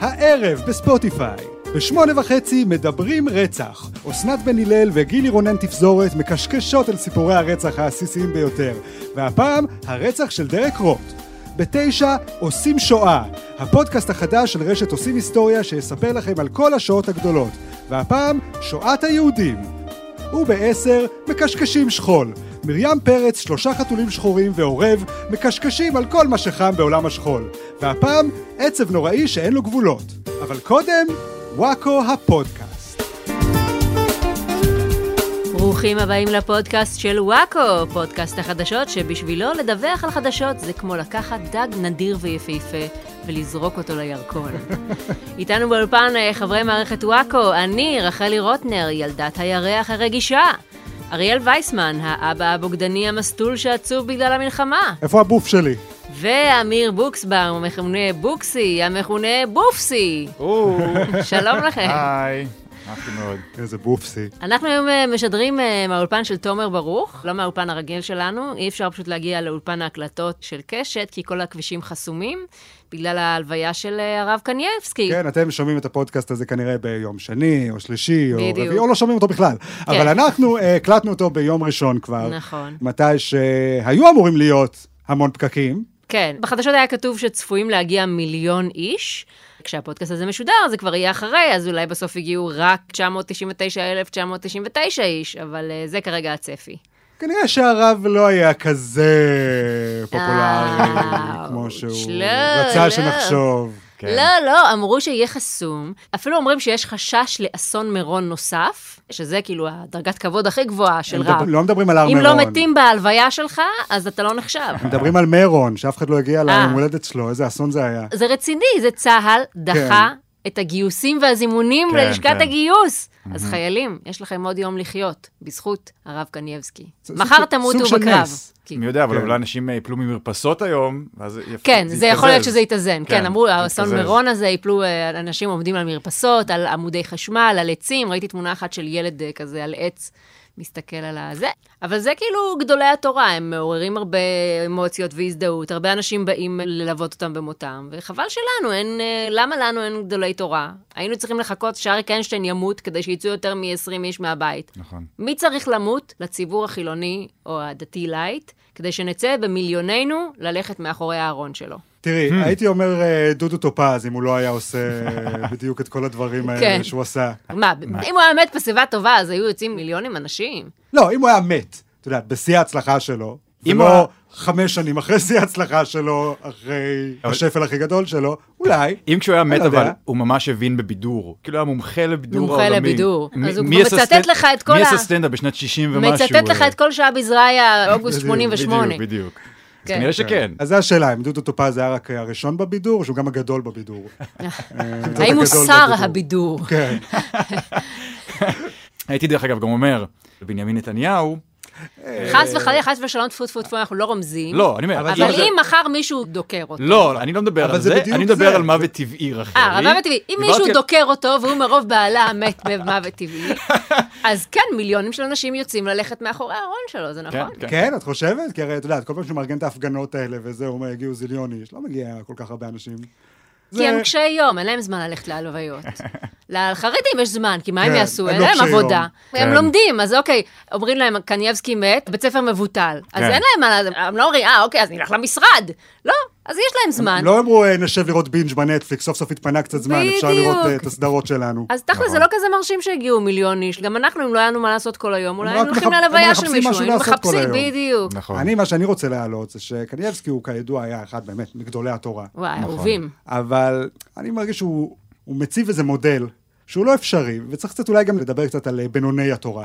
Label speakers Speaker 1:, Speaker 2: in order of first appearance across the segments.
Speaker 1: הערב בספוטיפיי. בשמונה וחצי מדברים רצח. אסנת בן הלל וגילי רונן תפזורת מקשקשות על סיפורי הרצח העסיסיים ביותר. והפעם, הרצח של דרק רוט. בתשע, עושים שואה. הפודקאסט החדש של רשת עושים היסטוריה שיספר לכם על כל השואות הגדולות. והפעם, שואת היהודים. ובעשר, מקשקשים שכול. מרים פרץ, שלושה חתולים שחורים ועורב, מקשקשים על כל מה שחם בעולם השכול. והפעם, עצב נוראי שאין לו גבולות. אבל קודם, וואקו הפודקאסט.
Speaker 2: ברוכים הבאים לפודקאסט של וואקו, פודקאסט החדשות שבשבילו לדווח על חדשות זה כמו לקחת דג נדיר ויפהפה ולזרוק אותו לירקון. איתנו באולפן אה, חברי מערכת וואקו, אני רחלי רוטנר, ילדת הירח הרגישה. אריאל וייסמן, האבא הבוגדני המסטול שעצוב בגלל המלחמה.
Speaker 1: איפה הבוף שלי?
Speaker 2: ואמיר בוקסבאום, המכונה בוקסי, המכונה בופסי. שלום לכם.
Speaker 3: היי, אהבתי מאוד.
Speaker 1: איזה בופסי.
Speaker 2: אנחנו היום אה, משדרים אה, מהאולפן של תומר ברוך, לא מהאולפן הרגיל שלנו, אי אפשר פשוט להגיע לאולפן ההקלטות של קשת, כי כל הכבישים חסומים, בגלל ההלוויה של אה, הרב קנייבסקי.
Speaker 1: כן, אתם שומעים את הפודקאסט הזה כנראה ביום שני, או שלישי, או
Speaker 2: בדיוק. כן.
Speaker 1: רביעי, או לא שומעים אותו בכלל. אבל אנחנו אה, הקלטנו אותו ביום ראשון כבר.
Speaker 2: נכון.
Speaker 1: מתי שהיו אמורים להיות המון פקקים.
Speaker 2: כן, בחדשות היה כתוב שצפויים להגיע מיליון איש. כשהפודקאסט הזה משודר, זה כבר יהיה אחרי, אז אולי בסוף הגיעו רק 999,999 איש, אבל אה, זה כרגע הצפי.
Speaker 1: כנראה שהרב לא היה כזה פופולרי,
Speaker 2: אה,
Speaker 1: כמו שהוא
Speaker 2: לא,
Speaker 1: רצה
Speaker 2: לא.
Speaker 1: שנחשוב.
Speaker 2: כן. לא, לא, אמרו שיהיה חסום. אפילו אומרים שיש חשש לאסון מירון נוסף, שזה כאילו הדרגת כבוד הכי גבוהה של
Speaker 1: הם מדבר-
Speaker 2: רב.
Speaker 1: לא מדברים על הר
Speaker 2: אם
Speaker 1: מירון.
Speaker 2: לא מתים בהלוויה שלך, אז אתה לא נחשב.
Speaker 1: מדברים על מירון, שאף אחד לא הגיע
Speaker 2: אה.
Speaker 1: ליום הולדת שלו, איזה אסון זה היה.
Speaker 2: זה רציני, זה צה"ל דחה
Speaker 1: כן.
Speaker 2: את הגיוסים והזימונים
Speaker 3: כן,
Speaker 2: ללשכת
Speaker 3: כן.
Speaker 2: הגיוס. אז חיילים, יש לכם עוד יום לחיות, בזכות הרב קנייבסקי.
Speaker 1: זה סוג
Speaker 2: מחר
Speaker 1: של- סוג
Speaker 2: תמותו
Speaker 1: של
Speaker 2: בקרב.
Speaker 1: נס.
Speaker 2: כי-
Speaker 3: מי יודע, אבל
Speaker 1: כן.
Speaker 3: אולי אנשים אה, יפלו ממרפסות היום, ואז יפ-
Speaker 2: כן, זה יכול להיות
Speaker 3: יתקזז.
Speaker 2: שזה יתאזן. כן, אמרו,
Speaker 3: זה
Speaker 2: האסון
Speaker 3: יתקזז.
Speaker 2: מירון הזה, יפלו אה, אנשים עומדים על מרפסות, על עמודי חשמל, על עצים, ראיתי תמונה אחת של ילד אה, כזה על עץ. מסתכל על הזה, אבל זה כאילו גדולי התורה, הם מעוררים הרבה אמוציות והזדהות, הרבה אנשים באים ללוות אותם במותם, וחבל שלנו, אין, אה, למה לנו אין גדולי תורה? היינו צריכים לחכות שאריק איינשטיין ימות כדי שיצאו יותר מ-20 איש מהבית.
Speaker 3: נכון.
Speaker 2: מי צריך למות לציבור החילוני או הדתי לייט, כדי שנצא במיליוננו ללכת מאחורי הארון שלו.
Speaker 1: תראי,
Speaker 3: Hmm.
Speaker 1: הייתי אומר אה, דודו טופז, אם הוא לא היה עושה אה, בדיוק את כל הדברים האלה
Speaker 2: כן.
Speaker 1: שהוא עשה.
Speaker 3: אה,
Speaker 2: מה, אם הוא היה מת בשיבה טובה, אז היו יוצאים מיליונים אנשים?
Speaker 1: לא, אם הוא היה מת, אתה יודע, בשיא ההצלחה שלו,
Speaker 3: אם
Speaker 1: ולא
Speaker 3: הוא היה-
Speaker 1: חמש שנים אחרי שיא ההצלחה שלו, אחרי
Speaker 3: אבל-
Speaker 1: השפל הכי גדול שלו, אולי.
Speaker 3: אם כשהוא היה
Speaker 1: אני
Speaker 3: מת,
Speaker 1: לא יודע.
Speaker 3: אבל הוא ממש הבין בבידור. כאילו היה מומחה לבידור
Speaker 2: מומחה
Speaker 3: העולמי.
Speaker 2: לבידור.
Speaker 3: מי-
Speaker 2: אז הוא
Speaker 3: מי
Speaker 2: כבר
Speaker 3: עשה
Speaker 2: מצטט
Speaker 3: סטנד-
Speaker 2: לך את כל
Speaker 3: מי
Speaker 2: ה-
Speaker 3: עשה סטנדאפ בשנת 60 ומשהו?
Speaker 2: מצטט לך
Speaker 3: אה,
Speaker 2: את כל שעה בזרעיה, אוגוסט
Speaker 1: בדיוק,
Speaker 2: 88.
Speaker 3: בדיוק, בדיוק. אז
Speaker 2: כן.
Speaker 3: כנראה שכן.
Speaker 1: אז זו השאלה, אם דודו טופז היה רק הראשון בבידור, או שהוא גם הגדול בבידור. אה,
Speaker 2: האם הוא
Speaker 1: הגדול
Speaker 2: שר
Speaker 1: בבידור.
Speaker 2: הבידור?
Speaker 1: כן.
Speaker 3: הייתי דרך אגב גם אומר, בנימין נתניהו,
Speaker 2: חס וחלילה, חס ושלום, טפו טפו טפו, אנחנו לא רומזים.
Speaker 3: אה, לא, אני אומר,
Speaker 2: אבל אם מחר מישהו דוקר אותו.
Speaker 3: לא, אני לא מדבר
Speaker 1: אבל
Speaker 3: על
Speaker 1: זה
Speaker 3: זה,
Speaker 1: בדיוק
Speaker 3: אני
Speaker 1: זה.
Speaker 3: מדבר על מוות טבעי, רחלי.
Speaker 2: אה, מוות טבעי. אם
Speaker 3: דיברתי
Speaker 2: מישהו
Speaker 3: על-
Speaker 2: דוקר אותו והוא מרוב בעלה מת במוות טבעי, אז כן, מיליונים של אנשים יוצאים ללכת מאחורי הארון שלו, זה נכון?
Speaker 3: כן, כן.
Speaker 1: כן, את חושבת? כי הרי, את יודעת, כל פעם שהוא מארגן את ההפגנות האלה וזה, הוא אומר, הגיעו זיליון איש, לא מגיע כל כך הרבה אנשים.
Speaker 2: כי
Speaker 1: זה-
Speaker 2: הם קשי יום, אין להם זמן ללכת להלוויות. לחרדים יש זמן, כי מה הם
Speaker 1: כן,
Speaker 2: יעשו?
Speaker 1: הם
Speaker 2: אין
Speaker 1: לא
Speaker 2: להם
Speaker 1: קשי יום.
Speaker 2: עבודה. הם
Speaker 3: כן.
Speaker 2: לומדים, אז אוקיי, אומרים להם, קנייבסקי מת, בית ספר מבוטל. אז
Speaker 3: כן.
Speaker 2: אין להם מה, הם לא אומרים, אה, אוקיי, אז נלך למשרד. לא, אז יש להם זמן.
Speaker 1: הם לא אמרו, "אה, נשב לראות בינג' בנטפליקס, סוף סוף התפנה קצת זמן, אפשר
Speaker 2: בדיוק.
Speaker 1: לראות אה, את הסדרות שלנו.
Speaker 2: אז תכל'ס, זה
Speaker 1: נכון.
Speaker 2: לא כזה מרשים שהגיעו מיליון איש. גם אנחנו, אם לא היה לנו מה לעשות כל היום, אולי
Speaker 1: רק
Speaker 2: היינו הולכים
Speaker 1: מחפ-
Speaker 2: להלוויה של
Speaker 1: מחפשים
Speaker 2: מישהו,
Speaker 1: משהו
Speaker 2: היינו
Speaker 1: לעשות כל
Speaker 2: מחפשים,
Speaker 1: היום.
Speaker 2: בדיוק.
Speaker 3: נכון.
Speaker 1: אני, מה שאני רוצה להעלות זה שקנייבסקי הוא כידוע היה אחד באמת מגדולי התורה.
Speaker 2: וואי, אהובים.
Speaker 1: אבל אני מרגיש שהוא הוא מציב איזה מודל שהוא לא אפשרי, וצריך קצת אולי גם לדבר קצת על אה, בינוני התורה.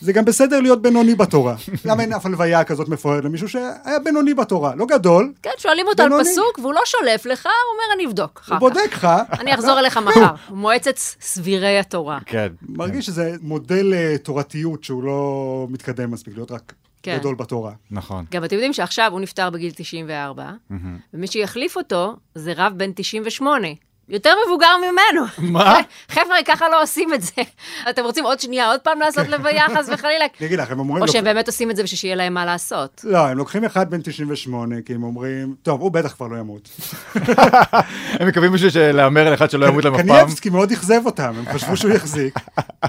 Speaker 1: זה גם בסדר להיות בינוני בתורה. למה אין אף הלוויה כזאת מפוארת למישהו שהיה בינוני בתורה? לא גדול,
Speaker 2: כן, שואלים אותו על
Speaker 1: בינוני.
Speaker 2: פסוק, והוא לא שולף לך, הוא אומר, אני אבדוק אחר
Speaker 1: הוא
Speaker 2: כך.
Speaker 1: בודק לך,
Speaker 2: אני אחזור אליך מחר. מועצת סבירי התורה.
Speaker 3: כן.
Speaker 1: מרגיש שזה מודל אה, תורתיות שהוא לא מתקדם מספיק, להיות רק
Speaker 2: כן.
Speaker 1: גדול בתורה.
Speaker 3: נכון.
Speaker 2: גם אתם יודעים שעכשיו הוא נפטר בגיל 94, ומי שיחליף אותו זה רב בן 98. יותר מבוגר ממנו.
Speaker 3: מה?
Speaker 2: חבר'ה, ככה לא עושים את זה. אתם רוצים עוד שנייה, עוד פעם לעשות לוויה, חס וחלילה?
Speaker 1: אני לא אגיד לך, הם אומרים...
Speaker 2: או
Speaker 1: לו-
Speaker 2: שהם באמת עושים את זה בשביל שיהיה להם מה לעשות.
Speaker 1: לא, הם לוקחים אחד בן 98, כי הם אומרים, טוב, הוא בטח כבר לא ימות.
Speaker 3: הם מקווים בשביל להמר על אחד
Speaker 2: לא
Speaker 3: שלא ימות להם אף פעם.
Speaker 1: קניאבסקי מאוד אכזב אותם, הם חשבו שהוא יחזיק.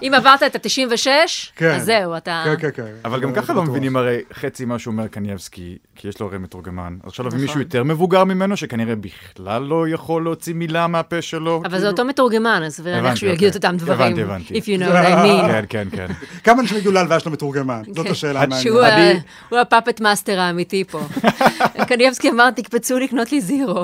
Speaker 2: אם עברת את ה-96,
Speaker 1: כן.
Speaker 2: אז זהו, אתה...
Speaker 1: כן, כן, כן.
Speaker 3: אבל גם ככה לא
Speaker 1: בטוח.
Speaker 3: מבינים הרי חצי מה שאומר קניאבסקי, כי יש לו הרי מתורגמן. אז עכשיו להביא
Speaker 2: נכון.
Speaker 3: מישהו יותר מבוגר ממנו, שכנראה בכלל לא יכול להוציא מילה מהפה שלו.
Speaker 2: אבל זה
Speaker 3: כאילו-
Speaker 2: אותו מתורגמן, אז נניח
Speaker 3: הבנתי,
Speaker 2: שהוא יגיד את
Speaker 3: אוקיי.
Speaker 2: אותם דברים.
Speaker 3: הבנתי, הבנתי.
Speaker 2: If you know what I mean.
Speaker 3: כן, כן, כן.
Speaker 1: כמה אנשים הגיעו להלוויה של המתורגמן? זאת
Speaker 2: כן.
Speaker 1: השאלה
Speaker 3: עד
Speaker 1: המעניינת.
Speaker 2: שהוא ה-
Speaker 3: אני-
Speaker 2: הוא הפאפט מאסטר האמיתי פה. קניאבסקי אמר, תקפצו לקנות לי זירו.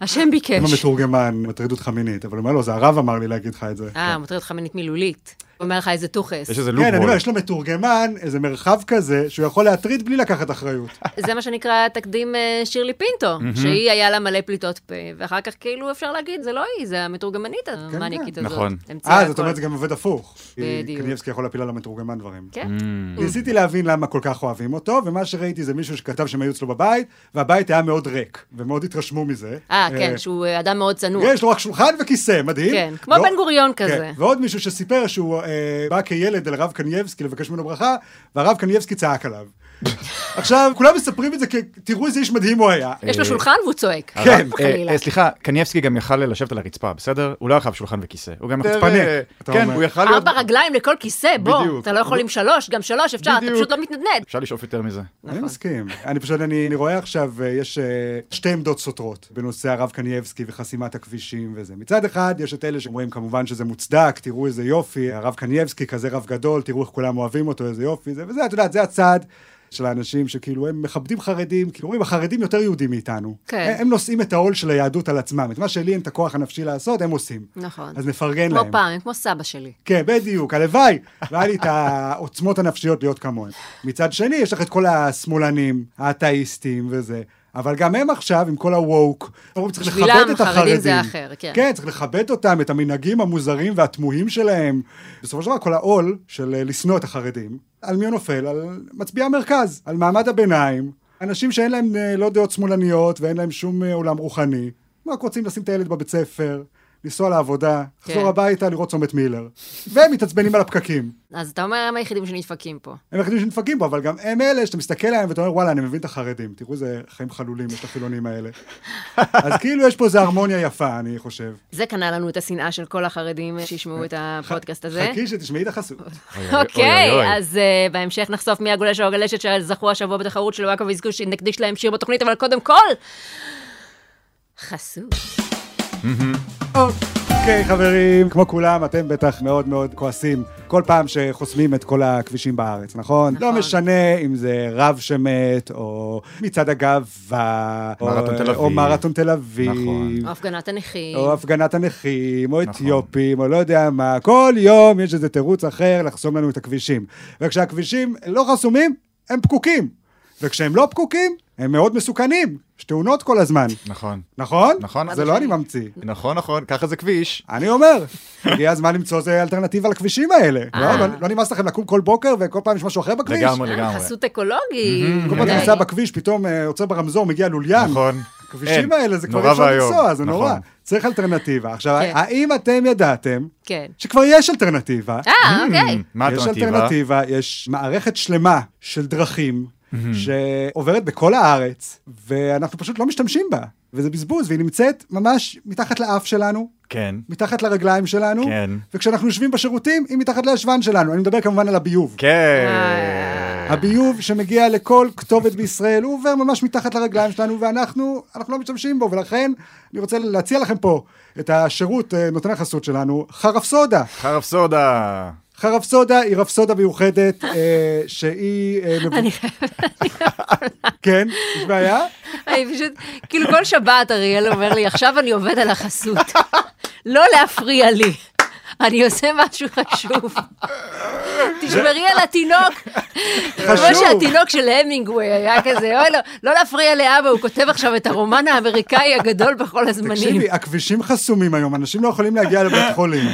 Speaker 2: השם
Speaker 1: אם
Speaker 2: ביקש.
Speaker 1: המתורגמן מטריד אותך מינית, אבל הוא אומר לו, זה הרב אמר לי להגיד לך את זה.
Speaker 2: אה, מוטרד אותך מינית מילולית. הוא אומר לך איזה טוחס.
Speaker 3: יש איזה
Speaker 1: כן, אני
Speaker 3: לופול.
Speaker 1: אומר, יש לו מתורגמן, איזה מרחב כזה, שהוא יכול להטריד בלי לקחת אחריות.
Speaker 2: זה מה שנקרא תקדים אה, שירלי פינטו, שהיא היה לה מלא פליטות פה, ואחר כך כאילו אפשר להגיד, זה לא היא, זה המתורגמנית המאניקית
Speaker 1: כן.
Speaker 2: הזאת.
Speaker 3: נכון.
Speaker 2: המציאה
Speaker 1: אה, זאת
Speaker 2: הכל.
Speaker 1: אומרת, זה גם עובד הפוך. כי
Speaker 2: בדיוק.
Speaker 1: קניבסקי יכול להפיל על המתורגמן דברים.
Speaker 2: כן.
Speaker 3: Mm.
Speaker 1: ניסיתי להבין למה כל כך אוהבים אותו, ומה שראיתי זה מישהו שכתב שהם היו אצלו בבית, והבית היה מאוד ריק, ומאוד התרשמו מזה.
Speaker 2: אה, כן, שהוא אה, אדם מאוד צנוע.
Speaker 1: יש לו רק שולחן וכיסא, מדהים.
Speaker 2: כן, כמו
Speaker 1: ועוד-
Speaker 2: בן גוריון כזה.
Speaker 1: כן, ועוד מישהו שסיפר שהוא אה, בא כילד אל הרב קנייבסקי לבקש ממנו ברכה, והרב קנייבסקי צעק עליו. עכשיו, כולם מספרים את זה, כ- תראו איזה איש מדהים הוא היה.
Speaker 2: יש לו שולחן והוא צועק.
Speaker 1: אה. כן.
Speaker 3: אה,
Speaker 2: חלילה.
Speaker 3: אה, סליחה, קניאבסקי גם יכל לשבת על הרצפה, בסדר? הוא לא יכל שולחן וכיסא. הוא גם יותר...
Speaker 1: חצפני,
Speaker 3: אה,
Speaker 1: אתה
Speaker 3: כן,
Speaker 1: אומר.
Speaker 3: הוא יכל להיות...
Speaker 2: ארבע רגליים לכל כיסא, בוא.
Speaker 3: בדיוק.
Speaker 2: אתה לא יכול עם שלוש, גם שלוש אפשר, אתה
Speaker 3: בדיוק.
Speaker 2: פשוט לא מתנדנד.
Speaker 3: אפשר לשאוף יותר מזה.
Speaker 2: נכון.
Speaker 1: אני מסכים. אני פשוט, אני אני רואה עכשיו, אה, יש אה, שתי עמדות סותרות בנושא הרב קנייבסקי וחסימת הכבישים וזה. מצד אחד, יש את אלה שאומרים כמובן שזה מוצדק, תראו איזה יופי, הרב קנייבסקי כזה רב גדול, תראו איך כולם אוהבים אותו, איזה יופי זה, וזה, את יודעת, זה הצד. של האנשים שכאילו הם מכבדים חרדים, כאילו אומרים, החרדים יותר יהודים מאיתנו.
Speaker 2: כן.
Speaker 1: הם- הם נושאים את העול של היהדות על עצמם, את מה שלי אין את הכוח הנפשי לעשות, הם עושים.
Speaker 2: נכון.
Speaker 1: אז נפרגן
Speaker 2: כמו
Speaker 1: להם.
Speaker 2: פעם, הם כמו סבא שלי.
Speaker 1: כן, בדיוק, הלוואי. והיה לי את העוצמות הנפשיות להיות כמוהם. מצד שני, יש לך את כל השמאלנים, האתאיסטים וזה. אבל גם הם עכשיו, עם כל הווק, אומרים, צריך לכבד את
Speaker 2: בשבילם,
Speaker 1: החרדים.
Speaker 2: חרדים זה אחר, כן.
Speaker 1: כן, צריך לכבד אותם, את המנהגים המוזרים והתמוהים שלהם. בסופו של דבר, כל העול של אה, לשנוא את החרדים, על מי הוא נופל? על מצביעי המרכז, על מעמד הביניים, אנשים שאין להם אה, לא דעות שמאלניות ואין להם שום אה, עולם רוחני. רק רוצים לשים את הילד בבית ספר, לנסוע לעבודה, לחזור
Speaker 2: כן.
Speaker 1: הביתה, לראות צומת מילר. והם מתעצבנים על הפקקים.
Speaker 2: אז אתה אומר, הם היחידים שנדפקים פה.
Speaker 1: הם היחידים שנדפקים בו, אבל גם הם אלה שאתה מסתכל עליהם ואתה אומר, וואלה, אני מבין את החרדים, תראו איזה חיים חלולים יש לחילונים האלה. אז כאילו יש פה איזו הרמוניה יפה, אני חושב.
Speaker 2: זה קנה לנו את השנאה של כל החרדים אה, שישמעו את הפודקאסט הזה.
Speaker 1: חכי שתשמעי את החסות.
Speaker 3: אוי, אוי, אוי, אוי,
Speaker 2: אוקיי,
Speaker 3: אוי.
Speaker 2: אז אה, בהמשך נחשוף מי הגולש או הגלשת שזכו השבוע בתחרות של וואקו ויזכו שנקדיש להם שיר בתוכנית, אבל קודם כל... חסות.
Speaker 1: אוקיי, חברים, כמו כולם, אתם בטח מאוד מאוד כועסים כל פעם שחוסמים את כל הכבישים בארץ, נכון?
Speaker 2: נכון.
Speaker 1: לא משנה אם זה רב שמת, או מצעד הגאווה, או-
Speaker 3: מרתון תל
Speaker 1: או
Speaker 3: אביב.
Speaker 1: מרתון תל אביב.
Speaker 3: נכון.
Speaker 2: או הפגנת הנכים.
Speaker 1: או הפגנת הנכים, או
Speaker 3: נכון.
Speaker 1: אתיופים, או לא יודע מה. כל יום יש איזה תירוץ אחר לחסום לנו את הכבישים. וכשהכבישים לא חסומים, הם פקוקים. וכשהם לא פקוקים, הם מאוד מסוכנים. יש תאונות כל הזמן.
Speaker 3: נכון.
Speaker 1: נכון?
Speaker 3: נכון.
Speaker 1: זה לא אני ממציא.
Speaker 3: נכון, נכון, ככה זה כביש.
Speaker 1: אני אומר, הגיע הזמן למצוא איזה אלטרנטיבה לכבישים האלה.
Speaker 2: אה.
Speaker 1: לא, לא- לא נמאס לכם לקום כל בוקר וכל פעם יש משהו אחר בכביש?
Speaker 3: לגמרי,
Speaker 2: אה,
Speaker 3: לגמרי.
Speaker 2: חסות אקולוגי. כן.
Speaker 1: כל פעם אתה נוסע בכביש, פתאום אה, עוצר ברמזור, מגיע לוליין.
Speaker 3: נכון.
Speaker 1: אה, הכבישים
Speaker 3: אין.
Speaker 1: האלה, זה כבר
Speaker 3: נורא
Speaker 1: אי אפשר
Speaker 3: ואיום.
Speaker 1: לנסוע, זה נורא.
Speaker 3: נכון.
Speaker 1: צריך אלטרנטיבה. עכשיו,
Speaker 2: כן.
Speaker 1: האם אתם ידעתם
Speaker 2: כן.
Speaker 1: שכבר יש אלטרנטיבה?
Speaker 2: אה, אוקיי.
Speaker 3: Hmm,
Speaker 1: יש
Speaker 3: מה האלטרנטיבה?
Speaker 1: אלטרנטיבה, יש מערכת שלמה של דרכים
Speaker 3: Hmm.
Speaker 1: שעוברת בכל הארץ, ואנחנו פשוט לא משתמשים בה, וזה בזבוז, והיא נמצאת ממש מתחת לאף שלנו,
Speaker 3: כן.
Speaker 1: מתחת לרגליים שלנו,
Speaker 3: כן.
Speaker 1: וכשאנחנו יושבים בשירותים, היא מתחת לישבן שלנו. אני מדבר כמובן על הביוב.
Speaker 3: כן.
Speaker 2: אה.
Speaker 1: הביוב שמגיע לכל כתובת בישראל, הוא עובר ממש מתחת לרגליים שלנו, ואנחנו אנחנו לא משתמשים בו, ולכן אני רוצה להציע לכם פה את השירות אה, נותן החסות שלנו, חרף סודה.
Speaker 3: חרף סודה.
Speaker 1: חרב סודה היא רפסודה מיוחדת, אה, שהיא... אה, מב-
Speaker 2: אני חייבת,
Speaker 1: כן, יש בעיה?
Speaker 2: אני פשוט, כאילו כל שבת אריאל אומר לי, עכשיו אני עובד על החסות. לא להפריע לי. אני עושה משהו חשוב. תשמרי על התינוק. כמו שהתינוק של המינגווי היה כזה, אוי לו, לא להפריע לאבא, הוא כותב עכשיו את הרומן האמריקאי הגדול בכל הזמנים.
Speaker 1: תקשיבי, הכבישים חסומים היום, אנשים לא יכולים להגיע לבית חולים.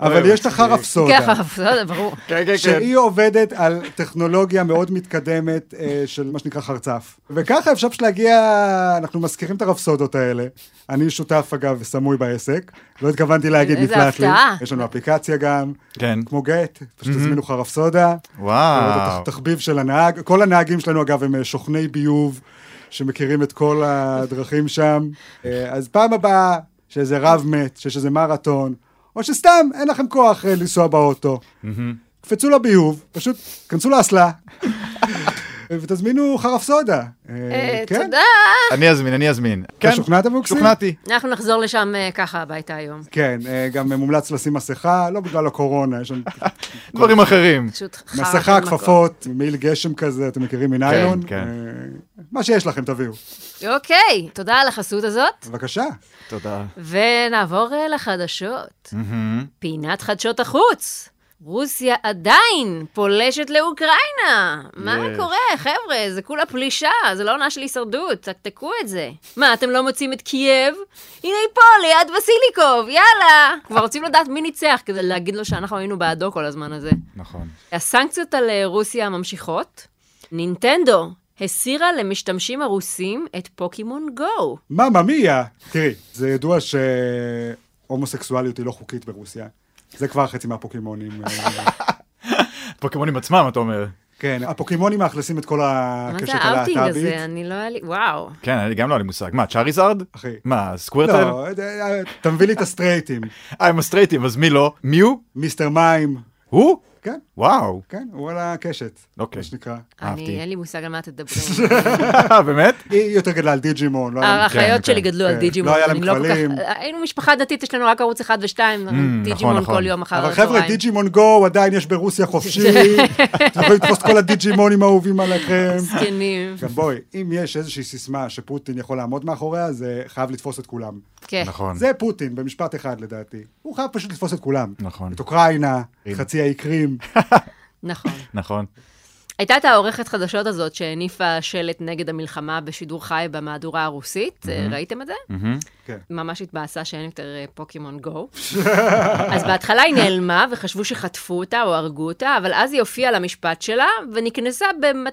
Speaker 1: אבל יש את החרף סודה.
Speaker 2: ככה, בסדר, ברור.
Speaker 3: כן, כן, כן.
Speaker 1: שהיא עובדת על טכנולוגיה מאוד מתקדמת אה, של מה שנקרא חרצף. וככה אפשר פשוט להגיע, אנחנו מזכירים את הרפסודות האלה. אני שותף, אגב, סמוי בעסק. לא התכוונתי להגיד,
Speaker 2: איזה
Speaker 1: נפלט לי.
Speaker 2: הפתעה.
Speaker 1: יש לנו אפליקציה גם,
Speaker 3: כן.
Speaker 1: כמו גט, פשוט תזמינו חרף סודה.
Speaker 3: וואו.
Speaker 1: תחביב של הנהג. כל הנהגים שלנו, אגב, הם אה, שוכני ביוב, שמכירים את כל הדרכים שם. אה, אז פעם הבאה שאיזה רב מת, שיש איזה מרתון, או שסתם אין לכם כוח אה, לנסוע באוטו. קפצו לביוב, פשוט כנסו לאסלה, ותזמינו חרף סודה. אה,
Speaker 2: אה,
Speaker 1: כן?
Speaker 2: תודה.
Speaker 3: אני אזמין, אני אזמין. כן.
Speaker 1: אתה שוכנעת בוקסים?
Speaker 3: שוכנעתי.
Speaker 2: אנחנו נחזור לשם אה, ככה הביתה היום.
Speaker 1: כן, אה, גם אה, מומלץ לשים מסכה, לא בגלל הקורונה, יש לנו
Speaker 3: דברים אחרים.
Speaker 2: פשוט חרא
Speaker 1: מסכה,
Speaker 2: של מקום.
Speaker 1: כפפות, מעיל גשם כזה, אתם מכירים מניילון?
Speaker 3: כן.
Speaker 1: אה, מה שיש לכם, תביאו.
Speaker 2: אוקיי, תודה על החסות הזאת,
Speaker 1: בבקשה.
Speaker 3: תודה.
Speaker 2: ונעבור אה, לחדשות. פינת חדשות החוץ. רוסיה עדיין פולשת לאוקראינה. מה
Speaker 3: יש.
Speaker 2: קורה, חבר'ה? זה כולה פלישה, זה לא עונה של הישרדות, תקתקו את זה. מה, אתם לא מוצאים את קייב? הנה היא פה, ליד בסיליקוב, יאללה. כבר רוצים לדעת מי ניצח, כדי להגיד לו שאנחנו היינו בעדו כל הזמן הזה.
Speaker 3: נכון.
Speaker 2: הסנקציות על אה, רוסיה ממשיכות. נינטנדו הסירה למשתמשים הרוסים את פוקימון גו.
Speaker 1: ממא מיה. תראי, זה ידוע שהומוסקסואליות היא לא חוקית ברוסיה. זה כבר חצי מהפוקימונים. אה,
Speaker 3: פוקימונים עצמם, אתה אומר.
Speaker 1: כן, הפוקימונים מאכלסים את כל
Speaker 2: מה
Speaker 1: הקשת
Speaker 2: זה האאוטינג
Speaker 1: הלהט"בית.
Speaker 2: הזה? אני לא היה לי... וואו.
Speaker 3: כן, אני גם לא היה לי מושג. מה, צ'אריזארד?
Speaker 1: אחי.
Speaker 3: מה, סקוורטל?
Speaker 1: לא, אה, אה, תביא לי את הסטרייטים.
Speaker 3: אה, הם הסטרייטים, אז מי לא? מי הוא?
Speaker 1: מיסטר מים.
Speaker 3: הוא?
Speaker 1: כן,
Speaker 3: וואו.
Speaker 1: כן, הוא על הקשת.
Speaker 3: אוקיי.
Speaker 1: מה שנקרא.
Speaker 2: אני,
Speaker 3: אהבתי. כן,
Speaker 2: אין לי מושג על מה אתם מדברים.
Speaker 3: באמת?
Speaker 1: היא יותר גדלה על דיג'ימון. לא היה להם-
Speaker 2: האחיות
Speaker 3: כן,
Speaker 2: שלי
Speaker 3: כן.
Speaker 2: גדלו על
Speaker 1: כן,
Speaker 2: דיג'ימון.
Speaker 1: לא היה להם
Speaker 2: אני כל כך-
Speaker 1: כבלים. Mm,
Speaker 2: היינו משפחה דתית, יש לנו רק ערוץ אחד ושתיים, דיג'ימון
Speaker 3: נכון.
Speaker 2: כל יום אחר
Speaker 1: אבל
Speaker 2: הצהריים.
Speaker 1: חבר'ה, דיג'ימון גו עדיין יש ברוסיה חופשי. אתם יכולים לתפוס את כל הדיג'ימונים האהובים עליכם.
Speaker 2: זקנים.
Speaker 1: גם בואי, אם יש איזושהי סיסמה שפוטין יכול לעמוד מאחוריה, זה חייב לתפוס את כולם.
Speaker 2: כן.
Speaker 3: נכון.
Speaker 1: זה פוטין, במשפט אחד לדעתי. הוא חייב פשוט לתפוס את כולם.
Speaker 3: נכון.
Speaker 1: את אוקראינה, את חצי האי קרים.
Speaker 2: נכון.
Speaker 3: נכון.
Speaker 2: הייתה את העורכת חדשות הזאת שהניפה שלט נגד המלחמה בשידור חי במהדורה הרוסית, אה, ראיתם את זה?
Speaker 1: כן.
Speaker 2: ממש התבאסה שאין יותר אה, פוקימון גו. אז בהתחלה היא נעלמה וחשבו שחטפו אותה או הרגו אותה, אבל אז היא הופיעה למשפט שלה ונקנסה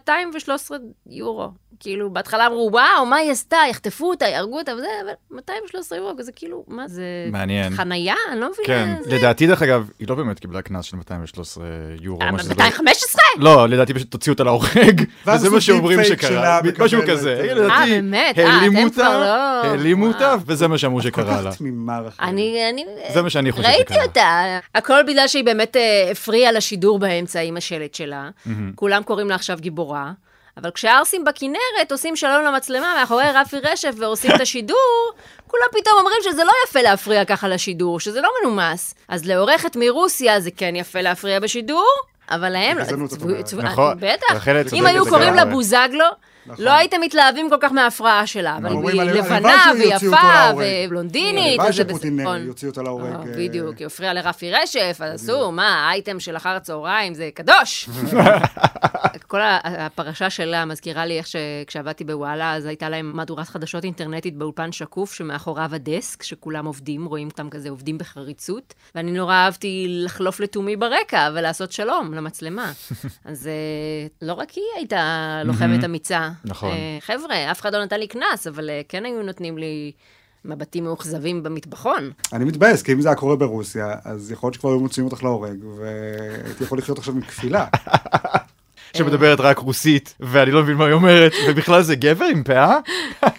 Speaker 2: ב-213 יורו. כאילו, בהתחלה אמרו, וואו, מה היא עשתה? יחטפו אותה, יהרגו אותה וזה, אבל 213 יורו, זה כאילו, מה זה?
Speaker 3: מעניין.
Speaker 2: חנייה? אני לא מבינה.
Speaker 3: כן.
Speaker 2: זה-
Speaker 3: לדעתי, דרך אגב, היא לא באמת קיבלה קנס של 213 יורו.
Speaker 2: אה,
Speaker 3: מה שזה לא-
Speaker 2: 215?
Speaker 3: לא, לדעתי פשוט תוציאו אותה להורג,
Speaker 1: ואז
Speaker 3: וזה
Speaker 1: עשו
Speaker 3: מה שאומרים
Speaker 1: דיפ פייק
Speaker 3: שקרה,
Speaker 1: שלה
Speaker 3: משהו
Speaker 1: מקבלת,
Speaker 3: כזה.
Speaker 1: אה,
Speaker 3: לדעתי,
Speaker 2: אה, באמת? אה,
Speaker 3: העלימו
Speaker 2: אתם
Speaker 3: אותה,
Speaker 2: כבר לא-
Speaker 3: העלימו
Speaker 2: וואו.
Speaker 3: אותה, וזה מה שאמרו
Speaker 1: כל
Speaker 3: שקרה לה.
Speaker 1: כך תמימה לך.
Speaker 2: אני, אני...
Speaker 3: זה מה שאני חושב
Speaker 2: ראיתי
Speaker 3: שקרה.
Speaker 2: אותה. הכל בגלל שהיא באמת אה, הפריעה לשידור באמצע עם השלט שלה. כולם קוראים לה עכשיו גיבורה. אבל כשהערסים בכנרת עושים שלום למצלמה מאחורי רפי רשף ועושים את השידור, כולם פתאום אומרים שזה לא יפה להפריע ככה לשידור, שזה לא מנומס. אז לעורכת מרוסיה זה כן יפה להפריע בשידור, אבל להם לא.
Speaker 1: גזענות, את
Speaker 2: צבוע-
Speaker 1: אומרת.
Speaker 2: צבוע-
Speaker 3: נכון,
Speaker 2: בטח.
Speaker 3: רחל, את
Speaker 2: אם
Speaker 3: צודקת
Speaker 2: היו קוראים לה
Speaker 3: לגמרי.
Speaker 2: בוזגלו, לא הייתם מתלהבים כל כך מההפרעה שלה, אבל
Speaker 1: אומרים,
Speaker 2: היא
Speaker 1: הלוואי
Speaker 2: לבנה
Speaker 1: שהוא יוציא אותו
Speaker 2: ויפה
Speaker 1: להורג.
Speaker 2: ובלונדינית,
Speaker 1: הלוואי
Speaker 2: אז זה
Speaker 1: שפוטין אה,
Speaker 2: בסדר.
Speaker 1: יוציא אותה להורג.
Speaker 2: אה,
Speaker 1: אה,
Speaker 2: בדיוק, היא הפריעה לרפי רשף, אז עשו, מה, האייטם של אחר הצהריים זה קדוש. כל ה- הפרשה שלה מזכירה לי איך שכשעבדתי בוואלה, אז הייתה להם מהדורת חדשות אינטרנטית באולפן שקוף, שמאחוריו הדסק, שכולם עובדים, רואים אותם כזה עובדים בחריצות, ואני נורא אהבתי לחלוף לתומי ברקע ולעשות שלום למצלמה. אז אה, לא רק היא הייתה לוחמת אמיצה.
Speaker 3: נכון.
Speaker 2: אה, חבר'ה, אף אחד לא נתן לי קנס, אבל אה, כן היו נותנים לי... מבטים מאוכזבים במטבחון.
Speaker 1: אני מתבאס, כי אם זה היה קורה ברוסיה, אז יכול להיות שכבר היו מוציאים אותך להורג, והייתי יכול לחיות עכשיו עם כפילה.
Speaker 3: שמדברת רק רוסית, ואני לא מבין מה היא אומרת, ובכלל זה גבר עם פאה?